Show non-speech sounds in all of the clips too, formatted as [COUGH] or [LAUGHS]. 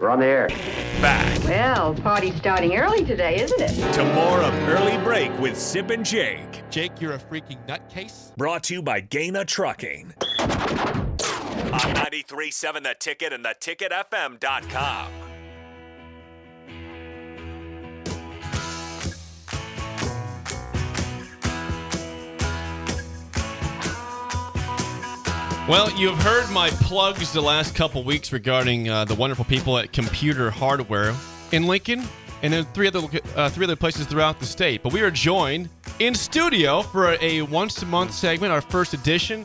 We're on the air. Back Well, party's starting early today, isn't it? to more of Early Break with Sip and Jake. Jake, you're a freaking nutcase. Brought to you by Gaina Trucking. On 93.7 The Ticket and theticketfm.com. Well, you have heard my plugs the last couple weeks regarding uh, the wonderful people at Computer Hardware in Lincoln, and then three other loca- uh, three other places throughout the state. But we are joined in studio for a once a month segment, our first edition,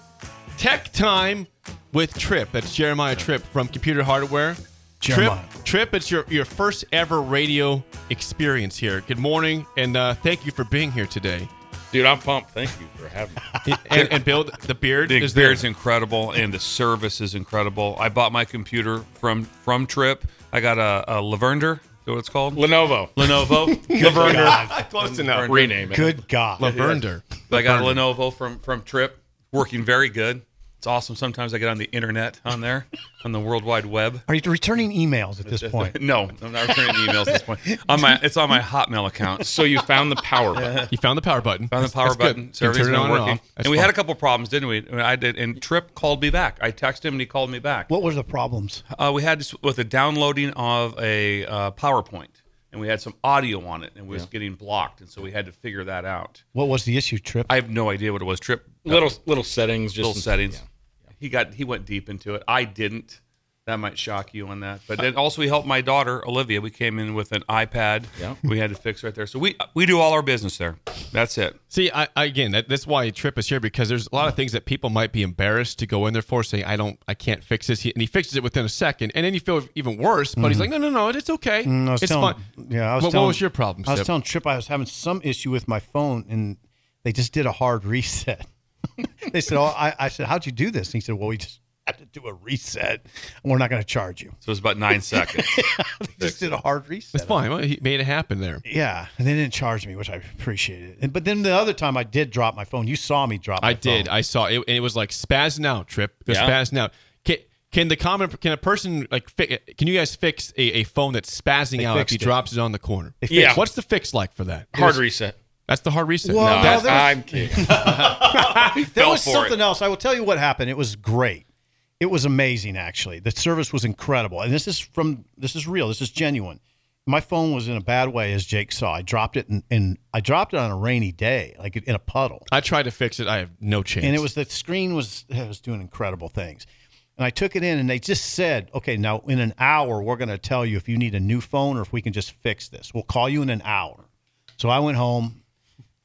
Tech Time with Trip. That's Jeremiah Trip from Computer Hardware. Trip, Jeremiah. Trip, it's your, your first ever radio experience here. Good morning, and uh, thank you for being here today. Dude, I'm pumped. Thank you for having me. And, and Bill, the beard The is there. experience is incredible, and the service is incredible. I bought my computer from from Trip. I got a, a Lavender. Is that what it's called? Lenovo. Lenovo. God. Lavender. Close enough. Lavender. Rename it. Good God. Lavernder. But I got a Lenovo from from Trip. Working very good. It's awesome. Sometimes I get on the internet on there on the World Wide Web. Are you returning emails at this [LAUGHS] [LAUGHS] point? No, I'm not returning emails at this point. On my, it's on my Hotmail account. So you found the [LAUGHS] power button. You found the power button. Found the power That's button. Good. So You can everything's turn it on been and working. And, off. That's we fun. had a couple problems, didn't we? And I did. And Trip called me back. I texted him and he called me back. What were the problems? Uh, we had this with the downloading of a uh, PowerPoint, and we had some audio on it, and it was getting blocked, and so we had to figure that out. What was the issue, Trip? I have no idea what it was. Trip uh, Little little settings, just little settings. He got he went deep into it. I didn't. That might shock you on that. But then also we helped my daughter Olivia. We came in with an iPad. Yeah. We had to fix right there. So we we do all our business there. That's it. See, I, I- again, that, that's why Trip is here because there's a lot of things that people might be embarrassed to go in there for, saying, "I don't, I can't fix this," He- and he fixes it within a second, and then you feel even worse. But he's like, "No, no, no, it's okay. Mm-hmm. Mm, I was it's telling- fine." Yeah, I was what, telling- what was your problem? I was Sip? telling Trip I was having some issue with my phone, and they just did a hard reset. [LAUGHS] they said, "Oh, I, I said, how'd you do this?" And he said, "Well, we just had to do a reset, and we're not going to charge you." So it was about [LAUGHS] nine seconds. They just did a hard reset. it's fine. Well, he made it happen there. Yeah, and they didn't charge me, which I appreciated. And, but then the other time I did drop my phone. You saw me drop. My I did. phone. I saw it. and It was like spazzing out, Trip. They're Yeah. spazzing out. Can, can the common can a person like fi- can you guys fix a, a phone that's spazzing They out if fixed he it. drops it on the corner? They Yeah. fixed it. What's the fix like for that? Hard reset. That's the hard reset. Well, Now No, that's- there's- I'm kidding. There fell was for something it. else. I will tell you what happened. It was great. It was amazing, actually. The service was incredible. And this is from this is real. This is genuine. My phone was in a bad way, as Jake saw. I dropped it, and, and I dropped it on a rainy day, like in a puddle. I tried to fix it. I have no chance. And it was the screen was it was doing incredible things. And I took it in, and they just said, "Okay, now in an hour, we're going to tell you if you need a new phone or if we can just fix this. We'll call you in an hour." So I went home.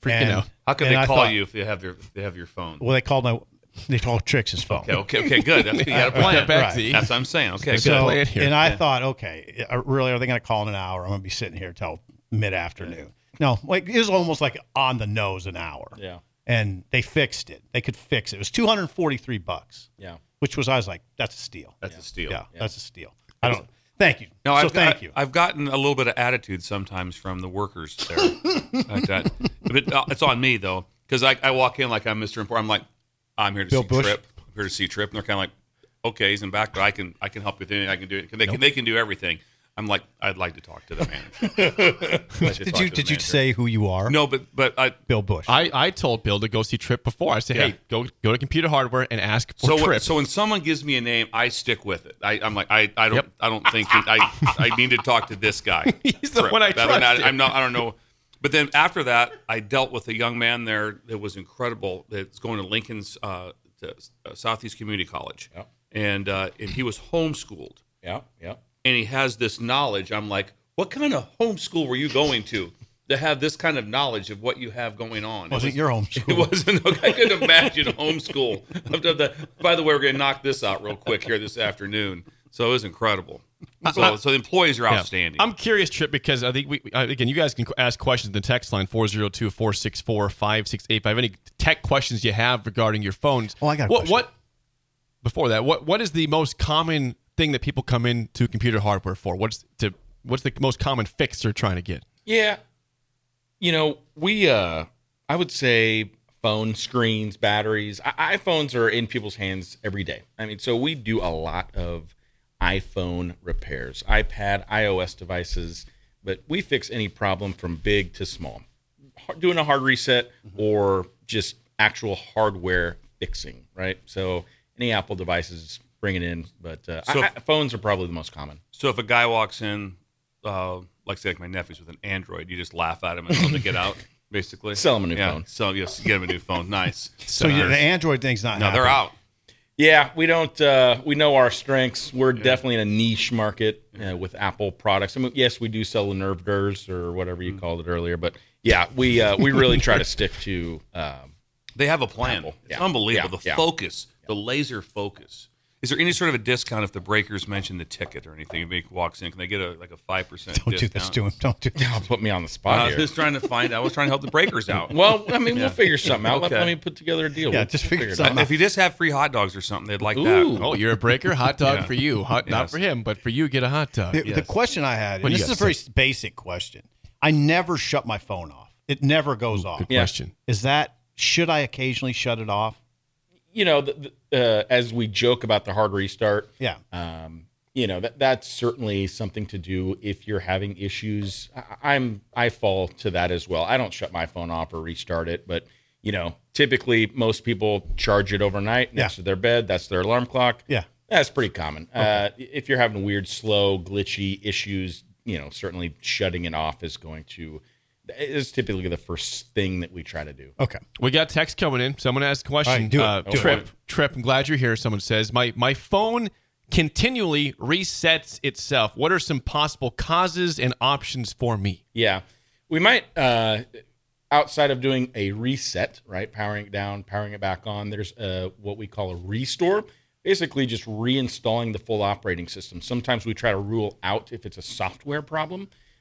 Freaking and- out. How can and they I call thought- you if they have your if they have your phone? Well, they called my. They called Trix's phone. Okay, okay, okay, good. [LAUGHS] That's, you got a Play plan. it back Right. Z. That's what I'm saying. Okay, good. So, play it here. and I thought, okay, uh, really, are they going to call in an hour? I'm going to be sitting here till mid afternoon. No, like it was almost like on the nose an hour. Yeah. And they fixed it. They could fix it. It was 243 bucks, Yeah. which was I was like, that's a steal. That's a steal. Yeah, that's a steal. I don't. Thank you. No, so I've, thank I, you. I've gotten a little bit of attitude sometimes from the workers [LAUGHS] there. like that. But uh, it's on me though, because I, I walk in like I'm Mr. Important. I'm like, I'm here to Bill see Bush. Trip. I'm here to see Trip, and they're kind of like, okay, he's in back, but I can I can help with anything. I can do it. They can they can do everything. I'm like, I'd like to talk to the [LAUGHS] manager. Did you did you say who you are? No, but but I. Bill Bush. I, I told Bill to go see Trip before. I said, Yeah. hey, go go to Computer Hardware and ask for So Trip. when, so when someone gives me a name, I stick with it. I, I'm like, I, I don't Yep. I don't think that- I I need to talk to this guy. [LAUGHS] He's the Trip. one I That one, trusted. I, am not. I don't know. But then after that, I dealt with a young man there that was incredible. That's going to Lincoln's uh, to uh, Southeast Community College, Yep. and uh, and he was homeschooled, Yeah, yeah. and he has this knowledge. I'm like, what kind of homeschool were you going to to have this kind of knowledge of what you have going on? It wasn't was- your home [LAUGHS] it school. wasn't. I couldn't imagine homeschool. I've done that. By the way, we're going to knock this out real quick here this afternoon. So it was incredible. So, so the employees are Yeah. outstanding. I'm curious, Trip, because I think we, we- uh, again, you guys can ask questions in the text line 402 464 5685. Any tech questions you have regarding your phones. Oh, I got a what, question. what, before that, what, what is the most common thing that people come in to computer hardware for? What's to, what's the most common fix they're trying to get? Yeah. You know, we uh I would say phone screens, batteries. I- iPhones are in people's hands every day. I mean, so we do a lot of iPhone repairs, iPad, iOS devices, but we fix any problem from big to small. Har- Doing a hard reset or just actual hardware fixing, right? So any Apple devices, bring it in, but uh, So- I- I- phones are probably the most common. so if a guy walks in, uh, like say like my nephews with an Android, you just laugh at him and tell him to get out. Basically, Sell him a new Yeah. phone. So yes, get him a new phone. Nice. so you, the Android thing's not. no, they're happening. out. Yeah, we don't. Uh, we know our strengths. We're definitely in a niche market uh, with Apple products. I mean, yes, we do sell the nerve gers or whatever Mm. you called it earlier, but yeah, we uh, we really try to stick to. Um, [LAUGHS] They have a plan. Apple. It's Yeah. unbelievable. Yeah. The Yeah. focus, the laser focus. Is there any sort of a discount if the breakers mention the ticket or anything? If he walks in, can they get a like a five percent? Don't do this to him. Don't do this. oh, put me on I Uh, the spot was here. just Uh, trying to find. I was trying to help the breakers out. [LAUGHS] Well, I mean, we'll figure something out. Let- Okay. Let, me put together a deal. Yeah, We'll- just we'll figure it something out. if you just have free hot dogs or something, they'd like Ooh. that. Oh, you're a breaker? Hot dog [LAUGHS] Yeah. for you. Hot, Not Yes. for him, but for you, get a hot dog. The, the question I had, What and do you this is a got, very basic question. I never shut my phone off. It never goes off. Good Yeah. question. Is that should I occasionally shut it off? you know, the, the, uh, as we joke about the hard restart, Yeah. um, you know that that's certainly something to do if you're having issues. I, I'm I fall to that as well. I don't shut my phone off or restart it, but you know, typically most people charge it overnight next Yeah. to their bed. That's their alarm clock. Yeah. That's pretty common. Uh, if you're having weird, slow, glitchy issues, you know, certainly shutting it off is going to is typically the first thing that we try to do. Okay. We got text coming in. Someone asked a question. All right, do it. Uh, Do it. Trip, Trip, I'm glad you're here. Someone says, my, my phone continually resets itself. What are some possible causes and options for me? Yeah. We might, uh, outside of doing a reset, right? Powering it down, powering it back on, there's uh, what we call a restore, basically just reinstalling the full operating system. Sometimes we try to rule out if it's a software problem.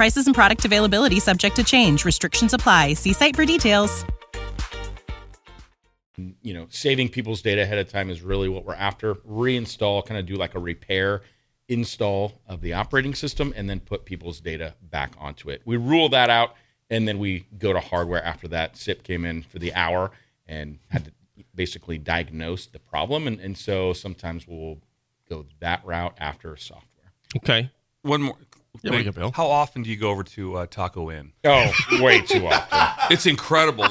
Prices and product availability subject to change. Restrictions apply. See site for details. you know, saving people's data ahead of time is really what we're after. Reinstall, kind of do like a repair install of the operating system, and then put people's data back onto it. We rule that out and then we go to hardware after that. Sip came in for the hour and had to basically diagnose the problem, and, and so sometimes we'll go that route after software. Okay. One more. Yeah, we thing. can, Bill. How often do you go over to uh, Taco Inn? Oh, way too often. It's incredible. [LAUGHS]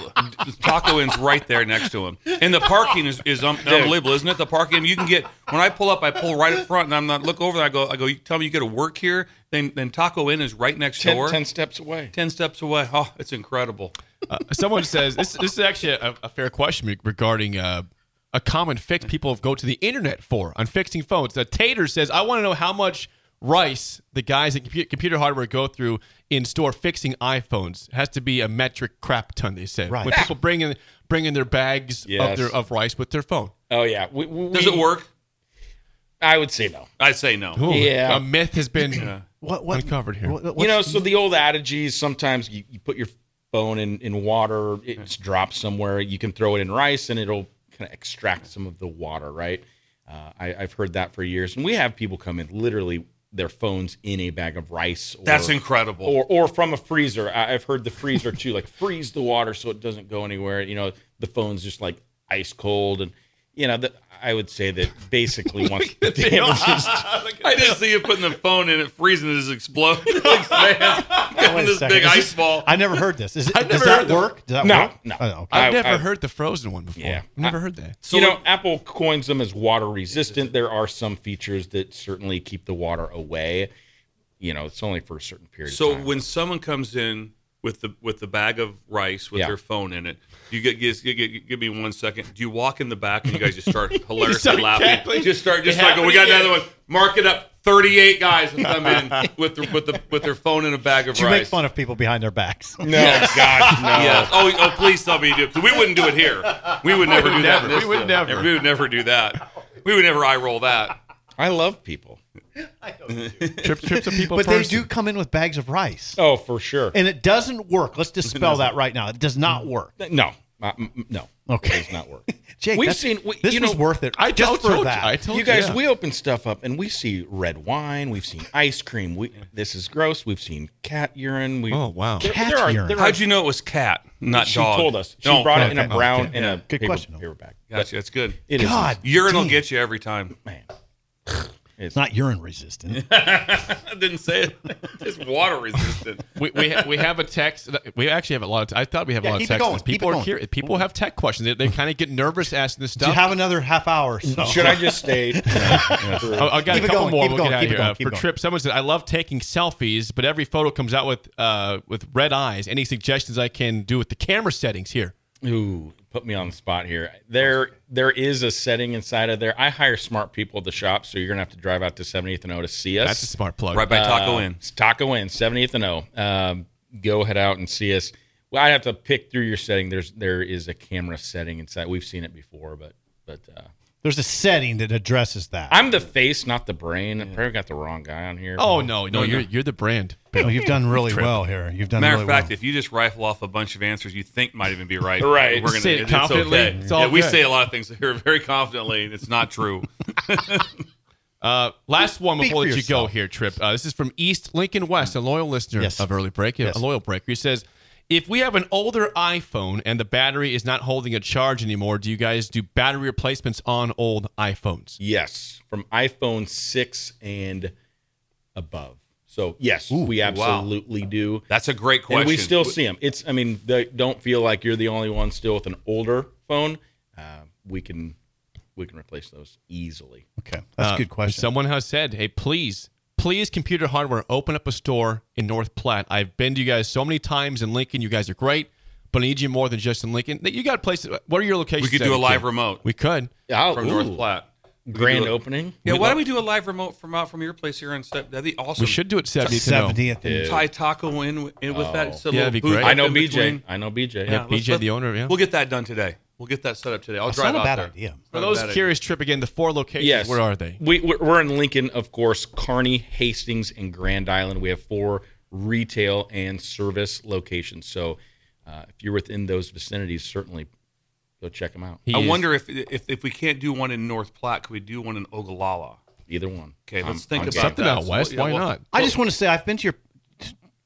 Taco Inn's right there next to him, and the parking is, is un- unbelievable, isn't it? The parking you can get when I pull up, I pull right up front, and I'm not look over. There, I go, I go. You tell me you got to work here. Then then Taco Inn is right next [LAUGHS] Ten, door, ten steps away. Ten steps away. Oh, it's incredible. Uh, someone says this. This is actually a, a fair question regarding uh, a common fix people go to the internet for on fixing phones. The Tater says, "I want to know how much rice the guys at compu- computer hardware go through in store fixing iPhones. It has to be a metric crap ton." They say Right. when people bring in bring in their bags of Yes. their of rice with their phone. Oh yeah. We, we, Does it work? I would say no. I say no. Ooh, Yeah. a myth has been. What, what Uncovered here. what- you what's- know, so the old adage is sometimes you, you put your phone in, in water, it's dropped somewhere. You can throw it in rice and it'll kind of extract some of the water, right? Uh, I, I've heard that for years. And we have people come in literally their phones in a bag of rice. Or, That's incredible. Or, or from a freezer. I, I've heard the freezer too, like freeze the water so it doesn't go anywhere. You know, the phone's just like ice cold. And, you know, the, I would say that [LAUGHS] basically once the [LAUGHS] damage is I just see you putting the phone in it, freezing, it just [LAUGHS] explodes. Getting wait a this second. big Is ice this- ball. I never heard this. Is it, I've does never that heard the- work? Does that No, work? no. Oh, okay. [CLEARS THROAT] I- I've never I- heard the frozen one before. Yeah. I've never heard that. you know, Apple coins them as water resistant. There are some features that certainly keep the water away. You know, it's only for a certain period. So of time. when someone comes in with the with the bag of rice with Yeah. their phone in it, you get, give, give, give me one second. Do you walk in the back and you guys just start hilariously laughing? exactly. Just start just It like "Oh, we got happened another one. Mark it up. Thirty-eight guys have come in with their with the with their phone in a bag of Do you rice. make fun of people behind their backs? no, [LAUGHS] God, no. Yes. Oh, oh, please tell me you do. 'Cause We wouldn't do it here. We would never do that. never. in this We would show. never. We would never do that. We would never eye roll that. I love people. Trips, trips of people. But they person. do come in with bags of rice. Oh, for sure. And it doesn't work. Let's dispel that right now. It does not work. no, Uh, mm, mm, no. Okay. it does not work. [LAUGHS] Jake, We've that's- seen- we- this you was know, worth it. I just told- for told you. that. I told You guys, yeah. we open stuff up and we see red wine. We've seen ice cream. We this is gross. We've seen cat urine. We Oh wow. There- Cat there are- urine. there are- How'd you know it was cat, not she dog? told us. She No, brought it in a okay, brown okay. in a Good paper, question, though. paper bag. Gotcha. That's good. It is God, Urine will damn. get you every time. man. It's not urine resistant. [LAUGHS] I didn't say it. [LAUGHS] Just water resistant. we, we, ha- we have a text. We actually have a lot of. I thought we have Yeah, a lot of keep it texts. going, keep People it are going. curious. People have tech questions. They, they kind of get nervous asking this Do you stuff. have another half hour? So. Should I [LAUGHS] just stay? [LAUGHS] Oh, I got Keep a couple more. We'll it going, keep it going, get out keep here. it going, Uh, keep for it going. trip, someone said, "I love taking selfies, but every photo comes out with uh, with red eyes. Any suggestions I can do with the camera settings here? Ooh, put me on the spot here. There, there is a setting inside of there. I hire smart people at the shop, so you're gonna have to drive out to 70th and O to see us. That's a smart plug. Right by Taco Uh, Inn. it's Taco Inn, 70th and O. Um, go head out and see us. Well, I have to pick through your setting. There's there is a camera setting inside. We've seen it before, but but uh, There's a setting that addresses that. I'm the face, not the brain. I probably got the wrong guy on here. Oh no, no, you're you're the brand. No, you've done really well here. You've done Matter really of fact, well. if you just rifle off a bunch of answers you think might even be right, [LAUGHS] Right. We're gonna Say it it's confidently. okay. It's all yeah, we good. say a lot of things here very confidently, and it's not true. Uh, last one Speak before for that you go yourself. here, Trip. Uh, this is from East Lincoln West, a loyal listener Yes. of Early Break, Yes. a loyal breaker. He says, if we have an older iPhone and the battery is not holding a charge anymore, do you guys do battery replacements on old iPhones? Yes, from iPhone 6 and above. So, yes, we wow. absolutely do. That's a great question. And we still see them. It's, I mean, they don't feel like you're the only one still with an older phone. Uh, we can, we can replace those easily. okay, um, that's a good question. Someone has said, hey, please, please, computer hardware, open up a store in North Platte. I've been to you guys so many times in Lincoln. You guys are great, but I need you more than just in Lincoln. You got places. What are your locations? we could that do a we live can? remote We could. Oh, from ooh, North Platte. We could Grand do a- opening. Yeah, We'd why love- don't we do a live remote from out from your place here on set? That'd be awesome. We should do it 70 to know. 70th. and- tie Taco in, with- in with that. Just a Yeah, little that'd be booth great. up I know in BJ. between. I know BJ. Yeah, let's- BJ, let's- the owner, yeah. We'll get that done today. We'll get that set up today. I'll That's drive not a out bad there. idea. For those Not a bad curious, Trip, again, the four locations, Yes. where are they? We, we're we're in Lincoln, of course, Kearney, Hastings, and Grand Island. We have four retail and service locations. So uh, if you're within those vicinities, certainly go check them out. He I is- wonder if, if if we can't do one in North Platte, could we do one in Ogallala? Either one. Okay, let's I'm- think I'm about game. Something that. out west, Yeah, why well, not? I just want to say I've been to your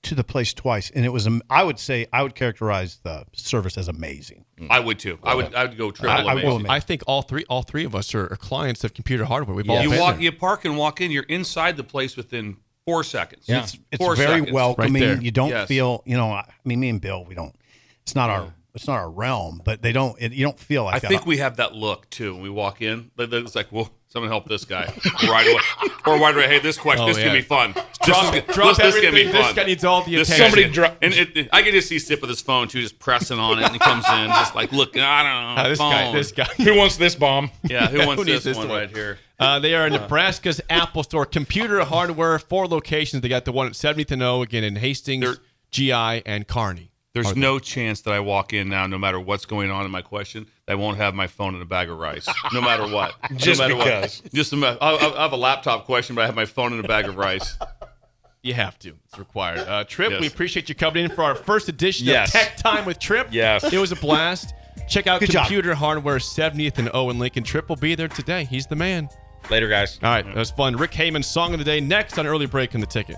to the place twice, and it was. am- I would say I would characterize the service as amazing. I would too. I would. I would go triple. I- I amazing. will admit- I think all three all three of us are, are clients of computer hardware. We've all You been walk, there. you park and walk in. You're inside the place within four seconds. Yeah. It's, it's Four very seconds. welcoming. there. you don't Yes. feel. You know, I I mean, me and Bill, we don't. It's not our. It's not our realm, but they don't. It, you don't feel like I that. think we have that look too. When we walk in, Like, it's like, "Whoa, someone help this guy!" right away, or right away, "Hey, this question, Oh, this is yeah. gonna be fun. Drop- this, drop this is gonna be everything. This fun. guy needs all the This attention. somebody Somebody drop- And it, I can just see Sip with his phone too, just pressing on it, and he comes in, just like, "Look, I don't know, Ah, [LAUGHS] this phone. guy, this guy. Who wants this bomb? Yeah, [LAUGHS] who wants needs this, this one one? right here? Uh, they [LAUGHS] are Nebraska's Apple Store. Computer hardware, four locations. They got the one at 70th and O again in Hastings, They're- GI, and Kearney. There's no chance that I walk in now, no matter what's going on in my question, that I won't have my phone in a bag of rice, no matter what. [LAUGHS] Just no matter because. What. Just no matter, I, I I have a laptop question, but I have my phone in a bag of rice. You have to. It's required. Uh, Trip, Yes. we appreciate you coming in for our first edition Yes. of Tech Time with Trip. Yes. It was a blast. Check out Good job. Computer Hardware 70th and O in Lincoln. Trip will be there today. He's the man. Later, guys. All right, that was fun. Rick Heyman, Song of the Day, next on Early Break in the Ticket.